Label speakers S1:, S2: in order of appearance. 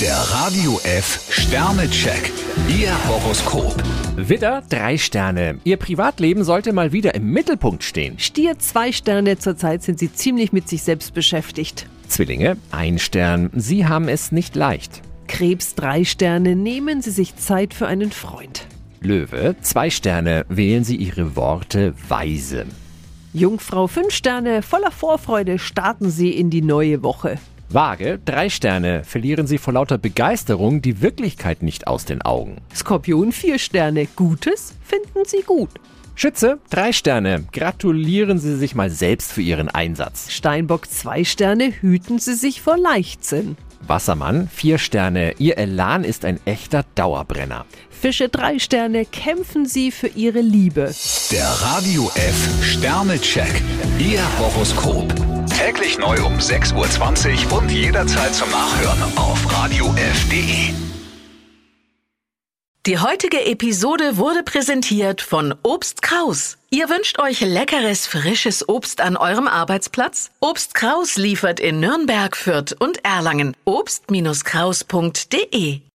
S1: Der Radio F Sternecheck. Ihr Horoskop.
S2: Widder, drei Sterne. Ihr Privatleben sollte mal wieder im Mittelpunkt stehen.
S3: Stier zwei Sterne, zurzeit sind Sie ziemlich mit sich selbst beschäftigt.
S2: Zwillinge, ein Stern. Sie haben es nicht leicht.
S3: Krebs drei Sterne, nehmen Sie sich Zeit für einen Freund.
S2: Löwe, zwei Sterne. Wählen Sie Ihre Worte weise.
S3: Jungfrau fünf Sterne, voller Vorfreude starten Sie in die neue Woche.
S2: Waage, drei Sterne. Verlieren Sie vor lauter Begeisterung die Wirklichkeit nicht aus den Augen.
S3: Skorpion vier Sterne, Gutes finden Sie gut.
S2: Schütze, drei Sterne. Gratulieren Sie sich mal selbst für Ihren Einsatz.
S3: Steinbock zwei Sterne, hüten Sie sich vor Leichtsinn.
S2: Wassermann, vier Sterne. Ihr Elan ist ein echter Dauerbrenner.
S3: Fische drei Sterne, kämpfen Sie für Ihre Liebe.
S1: Der Radio F Sternecheck. Ihr Horoskop. Täglich neu um 6.20 Uhr und jederzeit zum Nachhören auf Radio E. radiof.de.
S4: Die heutige Episode wurde präsentiert von Obst Kraus. Ihr wünscht euch leckeres, frisches Obst an eurem Arbeitsplatz? Obst Kraus liefert in Nürnberg, Fürth und Erlangen. Obst-Kraus.de